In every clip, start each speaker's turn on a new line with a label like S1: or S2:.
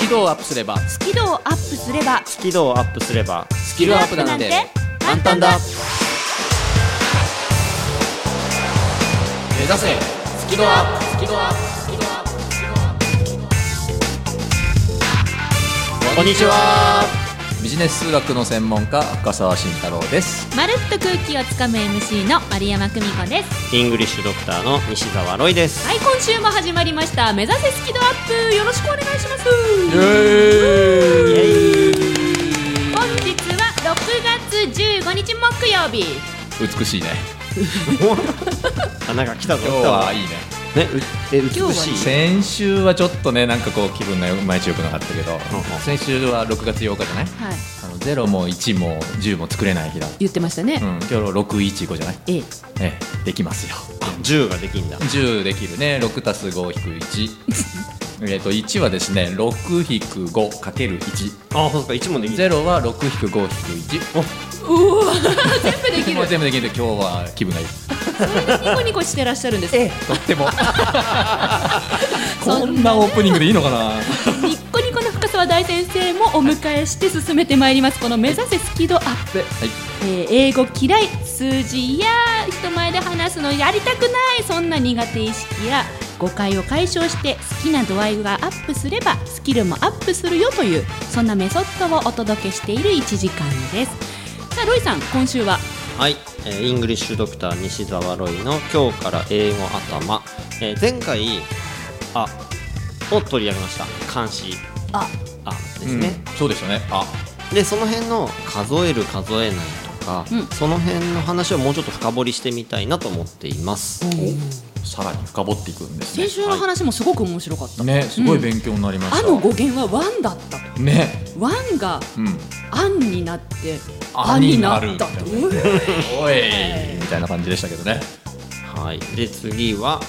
S1: キ度をアップすれば
S2: スキルをアップすればス
S3: スキルをアップすれば
S1: スキルアップなんて簡単だ目指せスキルアップスキルアップスキルアップスキルアップ
S3: こんにちは
S1: ビジネス数学の専門家深澤慎太郎です
S2: まるっと空気をつかむ MC の丸山久美子です
S3: イングリッシュドクターの西澤ロイです、
S2: はい今週も始まりました目指せスキルアップよろしくお願いします
S1: イエー
S2: 本日は6月15日木曜日
S1: イ美しいね
S3: あなんか来たぞ
S1: 今日
S3: 来たわ
S1: はいいね
S3: ねうえ美
S2: 日は
S3: しい
S1: 先週はちょっとねなんかこう気分が毎日良くなかったけど、先週は6月8日じゃない
S2: はい
S1: あの0も1も10も作れない日だ、
S2: 言ってました
S1: う
S2: ね、
S1: ん、今日615じゃない、
S2: え
S1: え
S2: え
S1: え、できますよ
S3: 10ができんだ
S1: 10できるね6たす5引く1 えっと1はですね6引く5かける1
S3: あそうか1もできん
S1: 0は6引く5引く1
S2: うわ全部で き
S1: もう
S2: る
S1: 全部できるんで今日は気分がいい
S2: ニコニコしてらっしゃるんですね
S1: とっても こんなオープニングでいいのかな
S2: ニッコニコの深澤大先生もお迎えして進めてまいりますこの目指せスキドアップ、
S1: はい
S2: えー英語嫌い数字や人前で話すのやりたくないそんな苦手意識や誤解を解消して好きな度合いがアップすればスキルもアップするよというそんなメソッドをお届けしている1時間ですさあロイさん今週は
S3: はい、えーイングリッシュドクター西澤ロイの「今日から英語頭」えー前回「あ」を取り上げました漢詩「
S2: あ」
S3: あですね、
S1: うんそうでしたねあ
S3: でその辺の数える数えないとか、
S2: うん
S3: その辺の話をもうちょっと深掘りしてみたいなと思っています、
S1: さらに深掘っていくんですね
S2: 先週の話もすごく面白かった、
S1: ねすごい勉強になりまし
S2: あ
S1: た、
S2: の語源は「ワン」だった
S1: ね
S2: 「ワン」が
S1: うん
S2: 「アン」になって「
S1: ア
S2: ア
S1: ン
S2: ン
S1: に
S2: に
S1: な
S2: な
S1: る
S2: ったという
S1: おいみたいな感じでしたけどね
S3: はい、で次は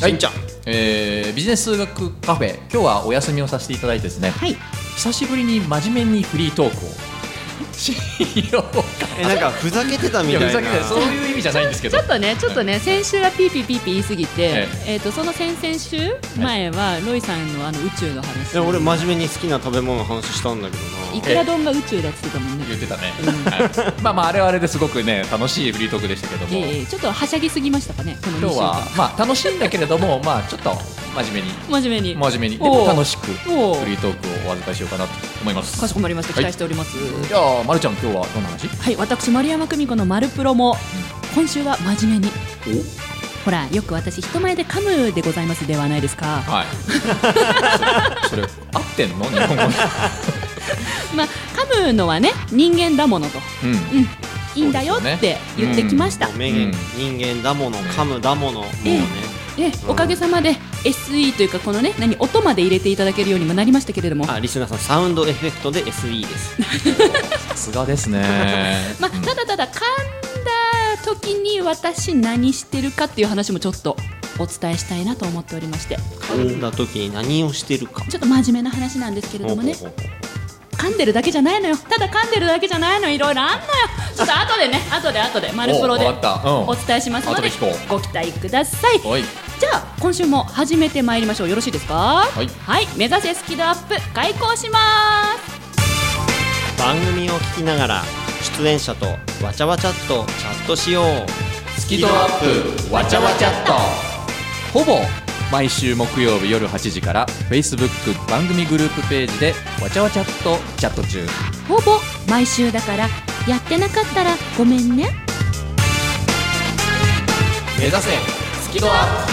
S1: はい
S3: しんちゃん
S1: えービジネス数学カフェ今日はお休みをさせていただいてですね
S2: はい
S1: 久しぶりに真面目にフリートークをしようか
S3: えなんかふざけてたみ
S1: い
S3: た
S1: や
S3: いな
S1: ふざけてそういう意味じゃないんですけ
S2: ち
S1: ど
S2: ょっとね、ちょっとね、先週はピーピーピーピー言いすぎて
S1: え、
S2: えっとその先々週前はロイさんのあの宇宙の話、
S3: え俺真面目に好きな食べ物の話したんだけど
S2: い
S3: な
S2: くら丼が宇宙だって言ってたもんね。
S1: 言ってたね、はいまあまああれはあれですごくね楽しいフリートークでしたけども、
S2: ええちょっとはしゃぎすぎましたかね、この
S1: 今
S2: 2
S1: 日
S2: 週
S1: は
S2: 間。
S1: まあ楽しいんだけれどもまあちょっと真面目に
S2: 真面目に。
S1: 真面目にで
S2: お
S1: も
S2: う
S1: 楽しくフ
S2: おう
S1: リートークをお預かりしようかなと思います
S2: かしこまりました。期
S1: は
S2: 待
S1: い
S2: しております。
S1: じゃあ、ま、るちゃん今日はどんな話
S2: はい、私丸山久美子のマルプロも今週は真面目に。ほら、よく私人前でカムでございますではないですか。
S1: はい それ合ってんの日本語で
S2: まあカムのはね、人間だものと、
S1: うん
S2: うん、いいんだよって言ってきました
S3: もう。名言、
S1: うん
S3: 人間だもの噛むだものもう
S2: え
S3: ね
S2: で
S3: うん
S2: おかげさまで SE というかこのね何音まで入れていただけるようにもなりましたけれども
S3: あリスナーさんサウンドエフェクトで SE です
S1: さすがですね
S2: まあ、
S1: うん
S2: ただただ噛んだ時に私何してるかっていう話もちょっとお伝えしたいなと思っておりまして
S3: 噛んだ時に何をしてるか
S2: ちょっと真面目な話なんですけれどもね
S3: ほうほうほう
S2: 噛んでるだけじゃないのよただ噛んでるだけじゃないのいろいろあんのよちょっと後でね後で後で「マルプロ」で
S1: おわかったうん
S2: お伝えしますの
S1: 後
S2: で
S1: で聞
S2: ご期待ください
S1: おい
S2: じゃあ今週も始めてまいりましょうよろしいですか
S1: はい
S2: 目指せスキルアップ開講します
S3: 番組を聞きながら出演者とわちゃわちゃっとチャットしよう
S1: スキドアップわちゃわちゃっとほぼ毎週木曜日夜8時から Facebook 番組グループページでわちゃわちゃっとチャット中
S2: ほぼ毎週だからやってなかったらごめんね
S1: 目指せスキドアップ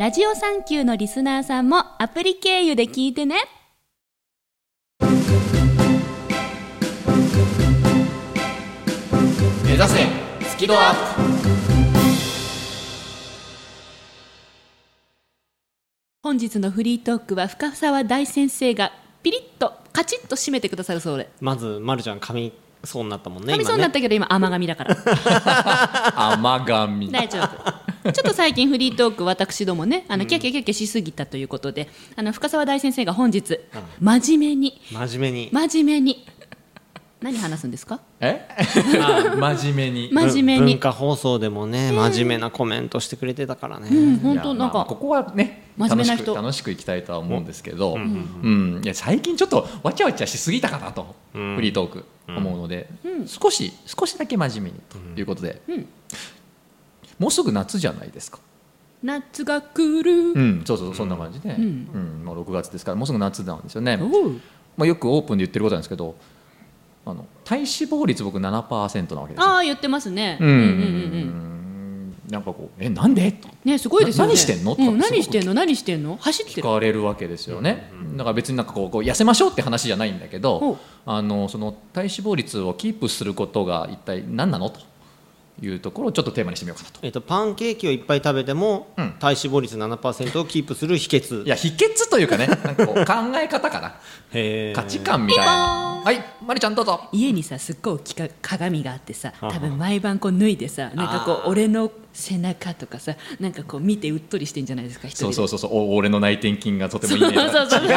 S2: ラジオサンキューのリスナーさんもアプリ経由で聞いてね。
S1: 目指せスキドアップ
S2: 本日のフリートークは深沢大先生がピリッとカチッと締めてくださるそうで。
S3: まずまるちゃん髪そうになったもんね
S2: 噛みそうにな
S3: 今
S2: っ
S3: ね
S2: たけど今甘噛みだ から。
S1: 甘神
S2: 大丈夫。ちょっと最近フリートーク私どもねあのキャッキャキャッキャしすぎたということで、あの深沢大先生が本日真面目に
S3: 真面目に、
S2: 真面目に何話すんですか
S1: え真面目に
S2: 真面目
S3: 文
S2: に
S3: 文化放送でもね真面目なコメントしてくれてたからね、
S2: うん本当
S1: いや
S2: なん
S1: まあこ
S2: か
S1: こはね
S2: 真面目な
S1: 楽し
S2: 人
S1: く楽しくいきたいとは思うんですけど、うんいや最近ちょっとわちゃわちゃしすぎたかなと、
S3: うん
S1: フリートーク思うので、
S2: うん
S1: 少し少しだけ真面目にということで、
S2: うん
S1: もうすぐ夏じゃないですか、
S2: 夏が来る、
S1: うん、そうそうそんな感じで、うんんもう6月ですからもうすぐ夏なんですよね、
S2: おう
S1: まあ、よくオープンで言ってることなんですけどあの体脂肪率僕7%なわけですよ
S2: あ。あ言ってますね、
S1: うんうん
S2: う
S1: うん
S2: うんん
S1: う
S2: うん
S1: んなんかこう「えなんで?」と
S2: ねすごいですよ
S1: な
S2: ね
S1: 何してんの
S2: うん、
S1: とかすごく
S2: 何してんの何してんの走って
S1: 聞
S2: る
S1: かれるわけですよね、だから別になんかこうこう痩せましょうって話じゃないんだけど、
S2: ほう
S1: あのその体脂肪率をキープすることが一体何なのというところをちょっとテーマにしてみようかなと。
S3: えっと、パンケーキをいっぱい食べても、
S1: うん
S3: 体脂肪率7%をキープする秘訣
S1: いや秘訣という かねなんかこう考え方かな
S3: へー
S1: 価値観みたいなはいまりちゃんどうぞ
S2: 家にさすっごい大きか鏡があってさ
S3: はあ
S2: 多分毎晩こう脱いでさなんかこう俺の背中とかさなんかこう見てうっとりしてんじゃないですか一人
S1: そ
S2: で
S1: うそうそうそうお俺の内転筋がとてもいい ね
S2: そうそうそうそう。それ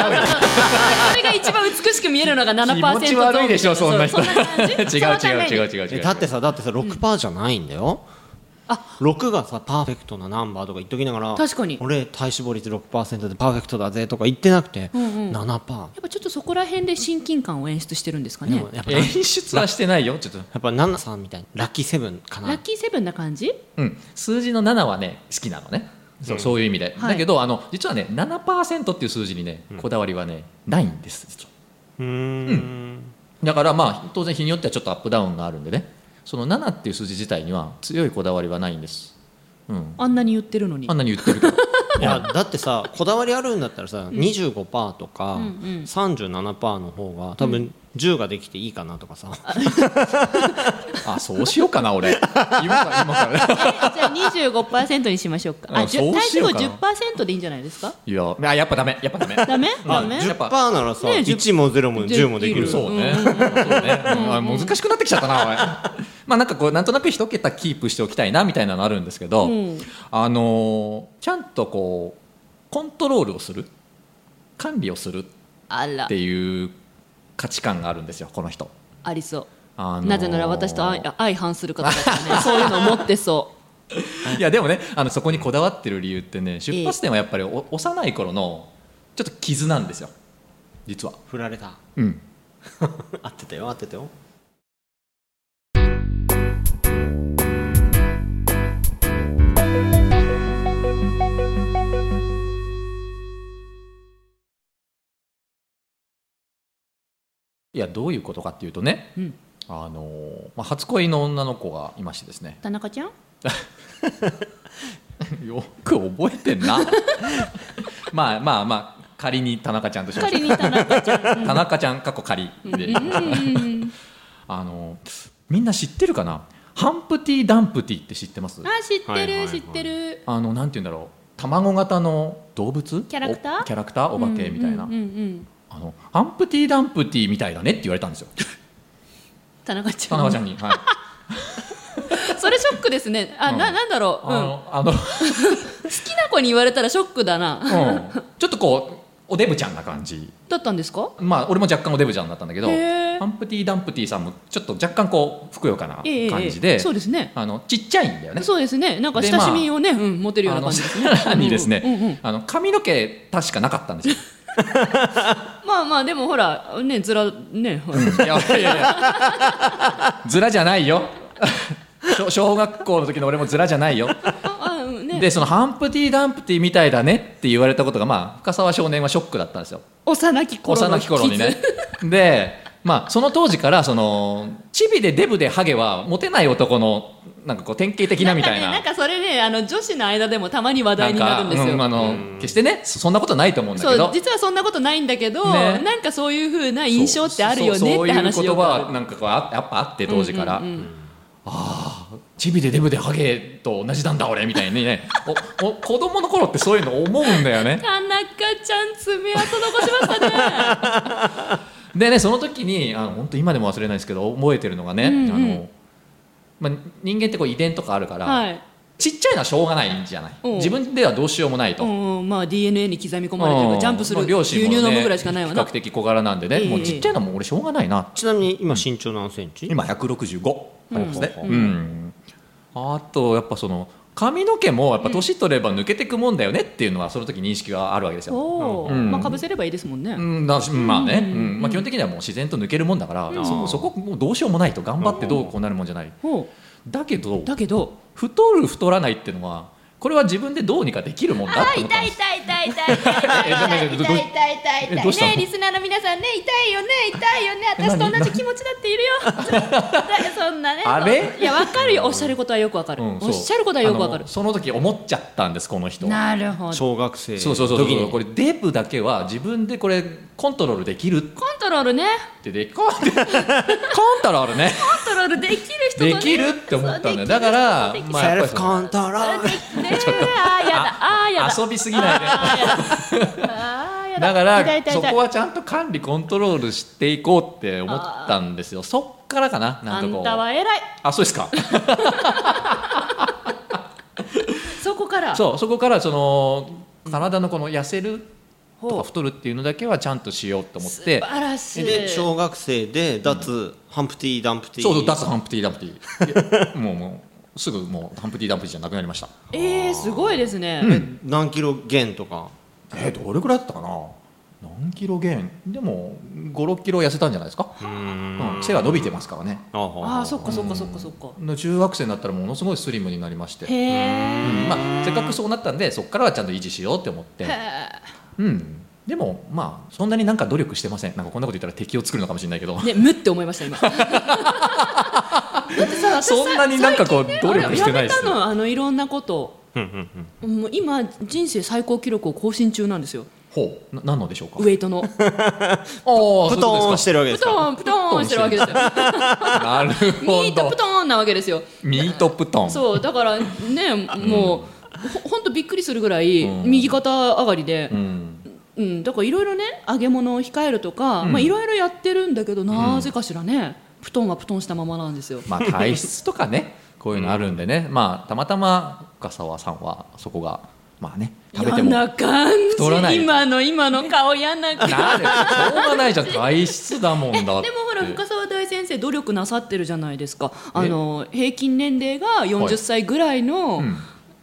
S2: が一番美しく見えるのが7%ゾーン
S1: 気持ち悪いでしょそんな人
S2: うそんな 感じ
S1: 違う違う違う
S2: う。
S1: 違う違
S3: え
S1: う
S3: だってさだってさ6%じゃないんだよ、
S2: あ
S3: 6がさパーフェクトなナンバーとか言っときながら
S2: 確かに
S3: 俺体脂肪率6%でパーフェクトだぜとか言ってなくて、
S2: うんうん
S3: 7%
S2: やっぱちょっとそこら辺で親近感を演出してるんですか
S3: で
S2: ね
S3: も。やっぱ,、
S1: 演出はしてないよちょっと、
S3: やっぱ7さんみたいにラッキーセブンかな
S2: ラッキーセブンな感じ？
S1: うん、数字の7はね好きなのねそう,、
S3: うん
S1: そういう意味で、
S2: はい
S1: だけどあの実はね7%っていう数字にねこだわりはね、ないんです実は
S3: うーん
S1: だからまあ当然日によってはちょっとアップダウンがあるんでねその7っていう数字自体には強いこだわりはないんです、うん、
S2: あんなに言ってるのに
S1: あん。なに言ってるけど
S3: いやだってさこだわりあるんだったらさ、25%とか、
S2: うんうん
S3: 37%の方が多分10ができていいかなとかさ、
S1: あそうしようかな俺今から今から
S2: じゃあ25%にしましょうか。
S1: う
S2: あ、
S1: ん
S2: じ
S1: そ
S2: ゅ
S1: う
S2: 体
S1: しよ
S2: 脂
S1: うかな
S2: 肪10%でいいんじゃないですか？
S1: いやあやっぱダメやっぱダメ
S2: ダメ？ダメ？
S1: やっぱ
S3: 10%ならさ、
S2: ねえ10
S3: 1も0も10もできる
S1: そうね。
S2: うん
S1: そうね。あ難しくなってきちゃったな、おいまあなんかこうなんとなく一桁キープしておきたいなみたいなのあるんですけど、
S2: うん
S1: あのーちゃんとこうコントロールをする、管理をするっ
S2: あら
S1: て、いう価値観があるんですよ、この人。
S2: ありそう。
S1: あのー
S2: なぜなら私と相相反する方だからね。 そういうの持ってそ
S1: いやでもね、あのそこにこだわってる理由ってね、出発点はやっぱりお幼い頃のちょっと傷なんですよ、実は。
S3: 振られた
S1: うん。
S3: 合ってたよ合ってたよ
S1: いやどういうことかっていうとね、
S2: う。うん。
S1: あのーまあ初恋の女の子がいましてですね。
S2: 田中ちゃん？
S1: よく覚えてんな まあまあまあ仮に田中ちゃんとしまし
S2: 仮に田中ちゃん。
S1: ょう田中ちゃん過去仮で
S2: うん
S1: あのみんな知ってるかなハンプティ・ダンプティって知ってます
S2: あ知ってる、
S3: はいはいはい
S2: 知ってる
S1: あのなんて言うんだろう卵型の動物
S2: キャラクター
S1: おキャラクターお化けみたいな、
S2: うんうんうん
S1: あのハンプティ・ダンプティみたいだねって言われたんです よ
S2: 田中ちゃ
S1: 田
S2: ん
S1: 中ちゃんに、はい、
S2: それショックですねあ、
S1: うん
S2: ななんだろう、うん、
S1: あ
S2: 好
S1: のあの、
S2: きな子に言われたらショックだな、
S1: うん、ちょっとこうおデブちゃんな感じ
S2: だったんですか
S1: まあ俺も若干おデブちゃんだったんだけど
S2: へ
S1: ハンプティ・ダンプティさんもちょっと若干こうふくよかな
S2: ええ
S1: 感じで、
S2: ええそうですね。
S1: あのちっちゃいんだよね。
S2: そうですね。なんか
S1: で
S2: 親しみをね、うん、持てるような感じですね。
S1: あのさらにですね、
S2: うんうんうんうん
S1: あの髪の毛確かなかったんですよ。
S2: まあまあでもほらねずらね、はい
S1: いやいやいやずらじゃないよ。小小学校の時の俺もずらじゃないよ。
S2: ああうんね
S1: でそのハンプティ・ダンプティみたいだねって言われたことがまあ深沢少年はショックだったんですよ。
S2: 幼き頃の
S1: 幼き頃にね。で、まあ、その当時からそのチビでデブでハゲはモテない男のなんかこう典型的なみたいな。
S2: なんかねなんかそれねあの女子の間でもたまに話題になるんですよ、
S1: うんあの決してねそそんなことないと思うんだ
S2: そ
S1: け
S2: う
S1: ど。
S2: 実はそんなことないんだけど、
S1: ね
S2: なんかそういうふうな印象ってあるよ
S1: そう
S2: ね
S1: そ
S2: っ
S1: う
S2: て話
S1: そういう
S2: よ
S1: 言葉
S2: くある
S1: はなんかこうあやっぱあって当時から、
S2: うんうんうん
S1: チビでデブでハゲと同じなんだ俺みたいに ねおお子供の頃ってそういうの思うんだよね
S2: 田中ちゃん爪痕残しましたね
S1: でねその時にあの本当今でも忘れないですけど覚えてるのがね、
S2: うんうん
S1: あのまあ、人間ってこう遺伝とかあるから、
S2: はい
S1: ちっちゃいのはしょうがないんじゃない
S2: うん
S1: 自分ではどうしようもないと、
S2: うんまあ DNA に刻み込まれてるか
S1: うん
S2: らジャンプする
S1: まあ両
S2: 牛
S1: 親も
S2: 乳
S1: ね
S2: 飲むぐらいしかないわな
S1: 比較的小柄なんでね、
S2: ええ
S1: もうちっちゃいのも俺しょうがないな
S3: ちなみに今身長何センチ
S1: 今165ありますね、
S3: う
S1: うん
S3: ん
S1: あとやっぱその髪の毛もやっぱ年取れば抜けてくもんだよねっていうのはその時認識があるわけですよ、
S2: おお、
S1: うん
S2: まあかぶせればいいですもんね、
S1: うんだしまあね、
S2: うん
S1: うんまあ、基本的にはもう自然と抜けるもんだから、
S3: ん
S1: そそこもうどうしようもないと頑張ってどうこうなるもんじゃない、
S2: ほ
S1: だけど
S2: うだけど
S1: 太る太らないっていうのはこれは自分でどうにかできるもんだって思ったんです
S4: 痛い痛い痛い痛い痛い
S1: えどうどう
S4: 痛い痛い
S1: えどうしたの
S4: ねリスナーの皆さんね痛いよね痛いよね
S1: え
S4: 私
S1: 何
S4: と同じ気持ちだっているよそんなね
S1: あれ
S2: いやわかるよおっしゃることはよくわかる、
S1: うんそう
S2: おっしゃることはよくわか
S1: あ
S2: る
S1: のその時思っちゃったんですこの人
S2: なるほど
S3: 小学生
S1: そうそうそうそう
S3: 時に
S1: これデブだけは自分でこれコントロールできるっ
S2: コントロールね
S1: てでコンコントロー ルね
S4: コントロールできる人とね
S1: できるって思ったんだ
S4: そうで
S1: よ
S4: き
S1: だから
S4: できる
S1: まあやっぱり
S3: セルフ
S1: その
S3: コントロール
S4: ねあーやだあーやだ
S1: 遊びすぎないで
S4: あーやだ
S1: だから
S2: 痛い痛い痛
S1: そ
S2: い
S1: こはちゃんと管理コントロールしていこうって思ったんですよそっからかなな
S2: あ
S1: んとこ
S2: ん
S1: う
S2: たは偉い
S1: あそうですか
S2: そこから
S1: そうそこからその体のこの痩せると
S2: ほ
S1: か
S2: う
S1: 太るっていうのだけはちゃんとしようと思って
S2: 素晴らしい
S3: で小学生で脱、ハンプティダンプティ
S1: そうそう脱ハンプティダンプティいやもうもうすぐもうハンプティダンプティじゃなくなりました
S2: えー、すごいですね、
S3: 何キロ減とか
S1: えーどれくらいだったかな何キロ減でも56キロ痩せたんじゃないですか、うん、背は伸びてますからね
S3: あ
S2: ああそ
S3: か
S2: っかそっかそっかそっか、
S1: の中学生になったらものすごいスリムになりまして、
S2: へえ、
S1: うんまあ、せっかくそうなったんでそこからはちゃんと維持しようって思って
S2: へ、ー
S1: うん、でもまあそんなになんか努力してませんなんかこんなこと言ったら敵を作るのかもしれないけど
S2: ね、むって思いまし た今だってさ私さ
S1: そんなになんかこう努力してないで
S2: や
S1: す
S2: めたのあのいろんなこと
S3: うんうんうん
S2: もう今人生最高記録を更新中なんですよ
S1: ほうな何のでしょうか
S2: ウエ イトの
S1: おー
S3: プト
S1: そういうこと
S3: ー
S1: で
S3: ン
S1: すか
S3: してるわけで
S2: プ
S3: すか
S2: トンプトンしてるわけですよ
S1: なる
S2: ミ
S1: ほ
S2: ート
S1: ど
S2: プトンなわけですよ
S1: ミートプトン
S2: そうだからねもうほほんとびっくりするぐらい
S1: うん
S2: 右肩上がりで
S1: う、ん
S2: うん、だからいろいろね揚げ物を控えるとか、
S1: うん
S2: まあ、いろいろやってるんだけどなぜかしらね、プトンはプトンしたままなんですよ、
S1: まあ体質とかねこういうのあるんでね、まあたまたま深沢さんはそこがまあね食べて
S2: 嫌
S1: も
S2: な感
S1: 太らない
S2: じ今の今の顔嫌な感じ
S1: なるしょうがないじゃん体質だもんだっ
S2: え
S1: て
S2: でもほら深澤大先生努力なさってるじゃないですかあの平均年齢が40歳ぐらいの、
S1: うん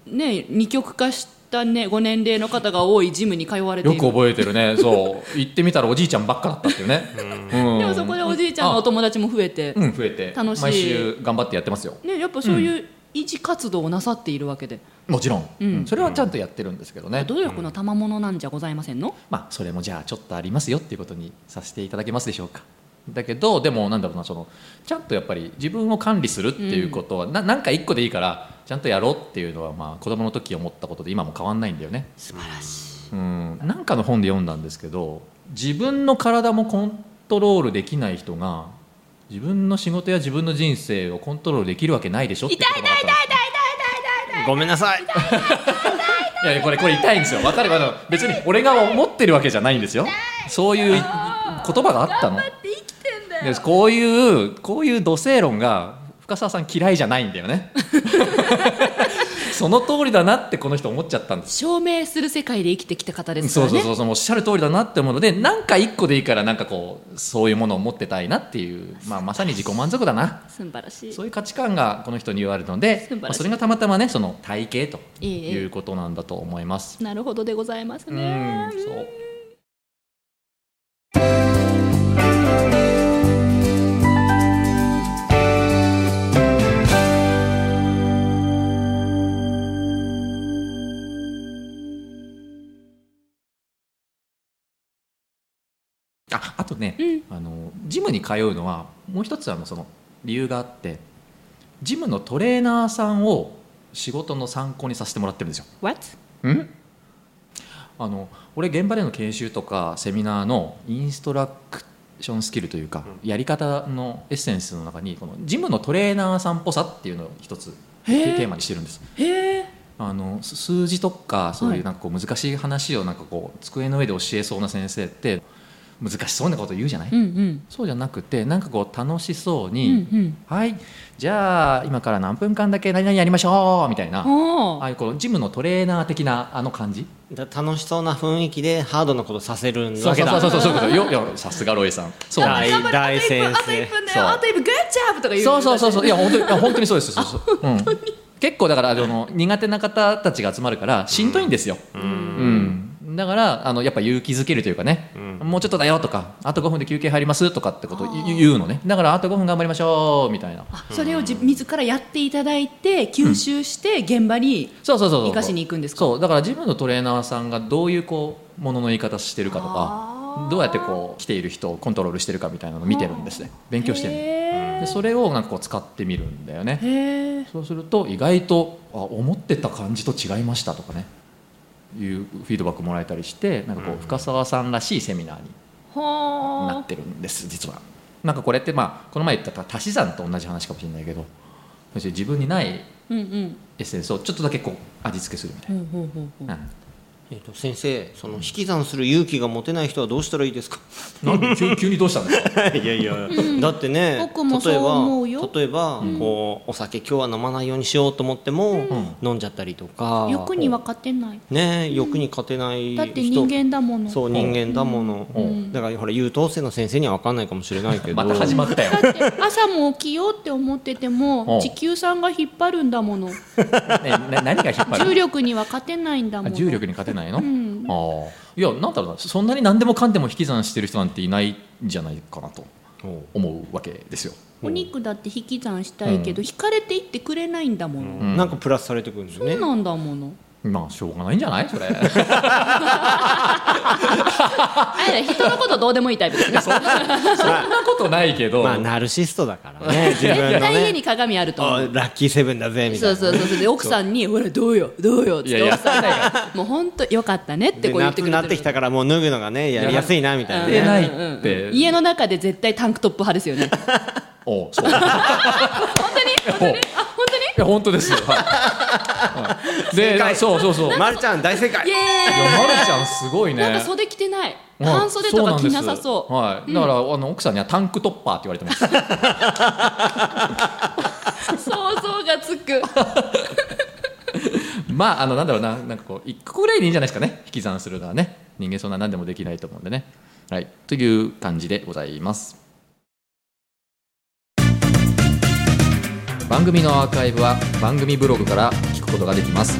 S2: ね、二極化した、ね、ご年齢の方が多いジムに通われてい
S1: よ
S2: る
S1: く覚えてるねそう行ってみたらおじいちゃんばっかだったっていうね、うん、
S2: でもそこでおじいちゃんのお友達も増えて、
S1: うん、増えて
S2: 楽しい
S1: 毎週頑張ってやってますよ
S2: ね、やっぱそういう維持活動をなさっているわけで
S1: もちろん、
S2: うん
S1: それはちゃんとやってるんですけどね、
S2: 努力の賜物なんじゃございませんの、
S1: まあ、それもじゃあちょっとありますよっていうことにさせていただけますでしょうかだけどでもなんだろうなそのちゃんとやっぱり自分を管理するっていうことは、ななんか一個でいいからちゃんとやろうっていうのは、まあ、子供の時思ったことで今も変わんないんだよね
S2: 素晴らしい
S1: うんなんかの本で読んだんですけど自分の体もコントロールできない人が自分の仕事や自分の人生をコントロールできるわけないでしょっていう言葉があったんです
S3: ごめんなさい
S1: いやいやこれこれ痛いんですよわかるあの別に俺が思ってるわけじゃないんですよそういうい言葉があったの
S4: 生きてんだよ
S1: でこう いうこういう土星論が深澤さん嫌いじゃないんだよねその通りだなってこの人思っちゃったんです
S5: 証明する世界で生きてきた方ですか
S1: そう
S5: ら
S1: そう
S5: ね
S1: そうそうおっしゃる通りだなって思うのでなんか一個でいいからなんかこうそういうものを持ってたいなっていう、まあ、まさに自己満足だな
S5: 素晴らしい
S1: そういう価値観がこの人に言われるので
S5: 素晴、らしい
S1: まあそれがたまたまねその体型と
S5: いい
S1: いうことなんだと思います。
S5: なるほどでございます
S1: う
S5: ね
S1: んそうああとね、
S5: うん
S1: あのジムに通うのはもう一つあのその理由があってジムのトレーナーさんを仕事の参考にさせてもらってるんですよ。
S5: What?
S1: んあの俺現場での研修とかセミナーのインストラクションスキルというか、やり方のエッセンスの中にこのジムのトレーナーさんっぽさっていうのを一つテ
S5: へー
S1: ーマにしてるんです。
S5: へえ
S1: あのす数字とかそうい
S5: は
S1: う
S5: い
S1: なんかこう難しい話をなんかこう机の上で教えそうな先生って難しそうなこと言うじゃない、
S5: うんうん
S1: そうじゃなくてなんかこう楽しそう
S5: う
S1: に、
S5: ん
S1: はいじゃあ今から何分間だけ何々やりましょうみたいな、
S5: うんお
S1: ああ
S5: ー
S1: いうこのジムのトレーナー的なあの感じ
S3: だ楽しそうな雰囲気でハードなことさせる
S1: そう
S3: わけ
S1: そう
S3: だ
S1: そうそうそういうことよよさすがロエさんそうなんで
S3: 大
S5: 頑張れ
S3: 大先
S5: あと1
S3: 生
S5: 分だ
S1: そう
S5: よあと1分グッジャブとか言う
S1: すそうそうそうそうういや本当にいや本当にそうですそうそううん結構だからあの苦手な方たちが集まるからしんどいんですよ、
S3: う
S1: うん
S3: ん
S1: だからあのやっぱ勇気づけるというかね、
S3: うん
S1: もうちょっとだよとかあと5分で休憩入りますとかってことを
S5: あ
S1: 言
S5: ー
S1: 言うのねだからあと5分頑張りましょうみたいな
S5: それを自自らやっていただいて吸収して現場に
S1: そうそうそうそう
S5: 生かしに行くんですか
S1: そうだから自分のトレーナーさんがどういうこうものの言い方してるかと
S5: あ
S1: か
S5: ー
S1: どうやってこう来ている人をコントロールしてるかみたいなのを見てるんですね勉強してるの
S5: へ
S1: でそれをなんかこう使ってみるんだよね
S5: えへえ
S1: そうすると意外とあ思ってた感じと違いましたとかねいうフィードバックもらえたりしてなんかこう深澤さんらしいセミナーに
S5: ほ
S1: なっ
S5: ー
S1: てるんです実は。なんかこれってまあこの前言った足し算と同じ話かもしれないけど要するに自分にない
S5: うんうん
S1: エッセンスをちょっとだけこう味付けするみたい
S5: ほうほうほうほう
S1: な。うん
S3: えっと先生その引き算する勇気が持てない人はどうしたらいいですか
S1: なんで急急にどうしたんですか
S3: いやいや、だってね
S5: 僕もそう思うよ
S3: 例えば例えばこうお酒今日は飲まないようにしようと思っても飲んじゃったりとか
S5: 欲には勝てない
S3: ね欲に勝てない人
S5: だって人間だもの
S3: そう人間だもの、
S1: うん
S3: だからほら優等生の先生には分かんないかもしれないけど
S1: また始まったよ
S5: だって朝も起きようって思ってて
S1: うん
S5: も地球さんが引っ張るんだもの
S1: ねな何が引っ張る
S5: 重力には勝てないんだも
S1: あ
S5: の
S1: 重力に勝てないの、
S5: ん
S1: ああいやなんだろうなそんなに何でもかんでも引き算してる人なんていないんじゃないかなと
S3: おう
S1: 思うわけですよ
S5: お肉だって引き算したいけど、引かれていってくれないんだもの、
S1: ん
S3: なんかプラスされてくるんですよ
S5: そう
S3: ね
S5: なんだもの
S1: まあしょうがないんじゃないそれ
S5: あれ人のことどうでもいいタイプですね
S1: そんなことないけど、
S3: まあナルシストだから ね自分
S5: 絶
S3: の
S5: 対家
S3: ね
S5: に鏡あると思
S3: あ
S5: う
S3: ラッキーセブンだぜみたい
S5: そう
S3: な
S5: そうそうそうで奥さんに「ほらどうよどうよ」っつ
S1: いや
S5: って
S1: いや
S5: 奥さんが「もう本当よかったね」って
S3: で
S5: こう言って
S3: 夏
S5: く
S3: にな
S5: れて
S3: って
S5: る
S3: きたからもう脱ぐのがねやりやすいなみたいな
S1: や
S3: ね
S1: らな
S5: う
S1: んいって
S5: 家の中で絶対タンクトップ派ですよね
S1: おうそう本当に
S5: あ本当に
S1: いや本当ですよ、はいはいでそうそうそういや
S3: まるちゃん大正
S5: イ
S3: 解
S5: エーイ
S1: まるちゃんすごいね
S5: なんか袖着てない
S1: はい
S5: 半袖とか着なさ
S1: そ
S5: そうう
S1: なんですはい、だからあの奥さんにはタンクトッパーって言われてます
S5: 想像がつく
S1: まあ、あの、なんだろうな、なんかこう、一個ぐらいでいいんじゃないですかね、引き算するのはね。人間そんな何でもできないと思うんでね。はい、という感じでございます。番組のアーカイブは番組ブログから聞くことができます。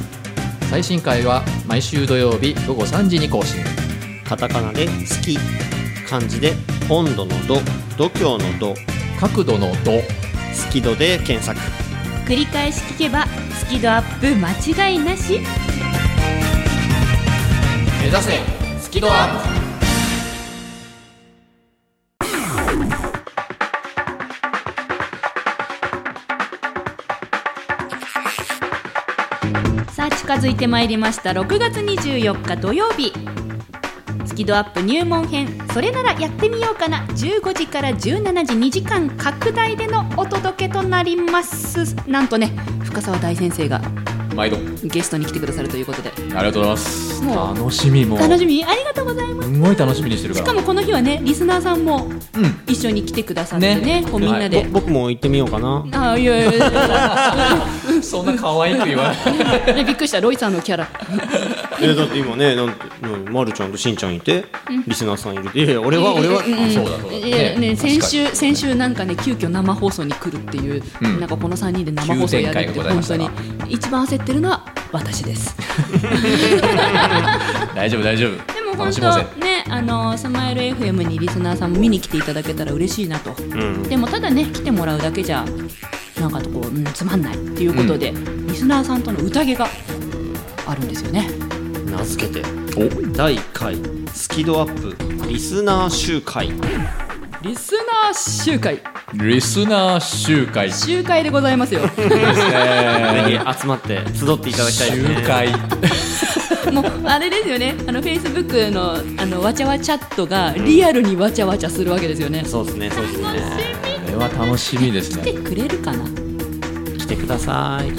S1: 最新回は毎週土曜日午後3時に更新。
S3: カタカナで「好き」漢字で「温度の度」「度胸の度」
S1: 角度の度。
S3: 「好き度」で検索
S2: 繰り返し聞けばスキドアップ間違いなし
S1: 目指せスキドアッ
S2: さあ近づいてまいりました6月24日土曜日スキドアップ入門編それならやってみようかな15時から17時2時間拡大でのお届けとなりますなんとね深澤大先生が
S1: プ毎度あ
S5: ゲストに来てくださるということで
S1: りがとうございます
S5: もう
S1: 楽しみもう
S5: 楽しみありがとうございます
S1: すごい楽しみにしてるか
S5: し
S1: ら
S5: かもこの日はねリスナーさんも
S1: うん
S5: 一緒に来てくださってね
S1: ね
S5: こうみんなで、
S3: ぼ僕も行ってみようかな
S5: あいやいやいやいや
S1: そんな可愛く言わない
S2: ねびっくりしたロイさんのキャラ
S3: えだって今ねなんて、うん、ま、るちゃんとしんちゃんいてリスナーさんいるいやいや俺は俺は、
S1: あそうだそうだ
S2: いやね
S1: ね
S2: 先
S1: 確
S2: 週
S1: かに
S2: 先週なんかね急遽生放送に来るっていう、
S1: うん
S2: なんかこの3人で生放送やるって
S1: 急展開がございま
S2: 本
S1: した
S2: 当に
S1: が
S2: 一番焦ってるのは私です。
S1: 大丈夫大丈
S2: で
S1: 夫
S2: も本
S1: 楽しもうぜ
S2: 当ねあのスマイル FM にリスナーさんも見に来ていただけたら嬉しいなと。
S3: うん、
S2: でもただね来てもらうだけじゃなんかとこう、うん、つまんないっていうことで、リスナーさんとの宴があるんですよね。
S3: 名付けて第1回スキドアップリスナー集会
S2: リスナー集会
S1: リスナー集会です
S2: 集会でございますよ。
S1: ね
S3: ぜひ集まって集っていただきたいですね
S1: 集会
S2: もうあれですよね。あのフェイスブックのあのわちゃわちゃっとがリアルにわちゃわちゃするわけですよね。
S3: そうですねそうですね
S1: これは楽しみです
S2: 来て
S1: ね
S2: くれるかな。
S3: 来てください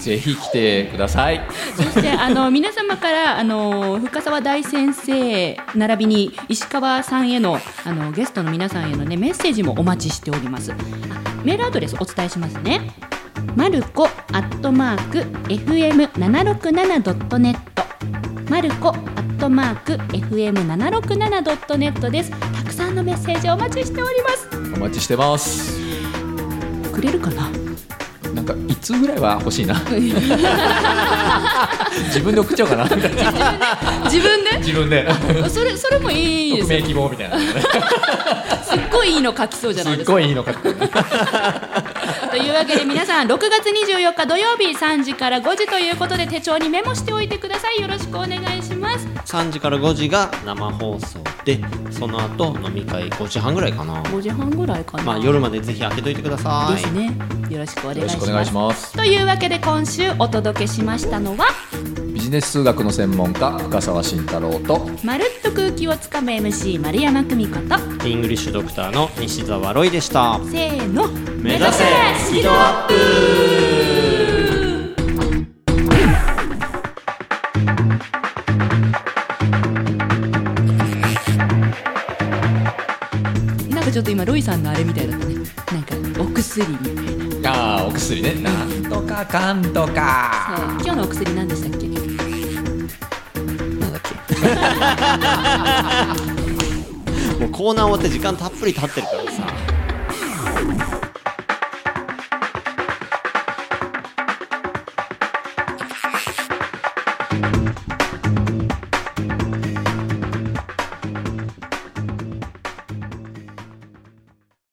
S1: ぜひ来てください
S2: そしてあの皆様からあの深澤大先生並びに石川さんへのあのゲストの皆さんへのねメッセージもお待ちしております。あメールアドレスお伝えしますね。マルコアットマーク fm 七六七ドットネットマルコアットマーク fm 七六七ドットネットです。たくさんのメッセージお待ちしております。
S1: お待ちしてます
S2: くれるかな。
S1: なんか一通ぐらいは欲しい な自分で送っちゃおうかな
S2: 自分で。
S1: 自分で
S2: それそれもいいで
S1: 匿
S2: す。
S1: 名希望みたいなのね
S2: すっごいいいの書きそうじゃない
S1: す
S2: で
S1: っ
S2: すか
S1: ご。いいいのか
S2: というわけで皆さん6月24日土曜日3時から5時ということで手帳にメモしておいてくださいよろしくお願いします
S3: 3時から5時が生放送でその後飲み会5時半ぐらいかな
S2: 5時半ぐらいかな
S3: まあ夜までぜひ開けといてくださ
S2: で
S3: い
S2: すねよろしくお願い
S1: よろ
S2: し
S1: し
S2: ま
S1: く
S2: す
S1: お願いします
S2: というわけで今週お届けしましたのは
S1: ビジネス数学の専門家深澤慎太郎と
S2: 「まるっと空気をつかむ MC 丸山久美子」と
S3: イングリッシュドクターの西澤ロイでした
S2: せーの
S3: 目指せ
S2: スキドアップなんかちょっと今ロイさんのあれみたいだったねなんかお薬みたいな
S1: ああお薬ねなんとかかんとか
S2: 今日のお薬何でしたっけ
S3: なんだっけもうコーナー終わって時間たっぷり経ってるからさ